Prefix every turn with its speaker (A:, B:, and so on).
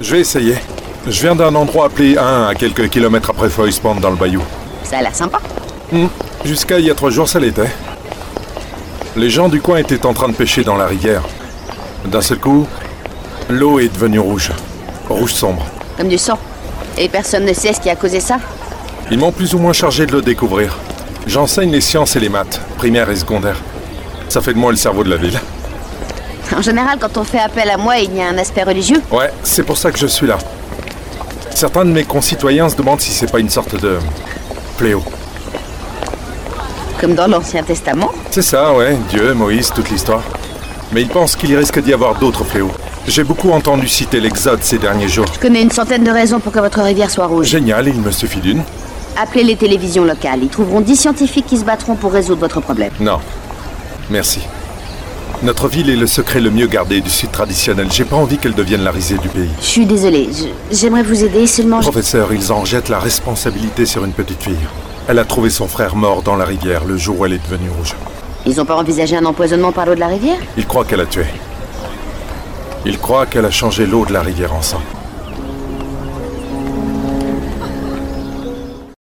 A: Je vais essayer. Je viens d'un endroit appelé 1 à quelques kilomètres après Foyspand dans le bayou.
B: Ça a l'air sympa.
A: Hmm, Jusqu'à il y a trois jours, ça l'était. Les gens du coin étaient en train de pêcher dans la rivière. D'un seul coup, l'eau est devenue rouge. Rouge sombre.
B: Comme du sang. Et personne ne sait ce qui a causé ça.
A: Ils m'ont plus ou moins chargé de le découvrir. J'enseigne les sciences et les maths, primaires et secondaires. Ça fait de moi le cerveau de la ville.
B: En général, quand on fait appel à moi, il y a un aspect religieux.
A: Ouais, c'est pour ça que je suis là. Certains de mes concitoyens se demandent si c'est pas une sorte de fléau.
B: Comme dans l'Ancien Testament.
A: C'est ça, ouais, Dieu, Moïse, toute l'histoire. Mais ils pensent qu'il risque d'y avoir d'autres fléaux. J'ai beaucoup entendu citer l'Exode ces derniers jours.
B: Je connais une centaine de raisons pour que votre rivière soit rouge.
A: Génial, il me suffit d'une.
B: Appelez les télévisions locales. Ils trouveront 10 scientifiques qui se battront pour résoudre votre problème.
A: Non. Merci. Notre ville est le secret le mieux gardé du sud traditionnel. J'ai pas envie qu'elle devienne la risée du pays.
B: Je suis désolée. Je- J'aimerais vous aider, seulement... je-
A: Professeur, ils en jettent la responsabilité sur une petite fille. Elle a trouvé son frère mort dans la rivière le jour où elle est devenue rouge.
B: Ils ont pas envisagé un empoisonnement par l'eau de la rivière
A: Ils croient qu'elle a tué. Ils croient qu'elle a changé l'eau de la rivière en sang.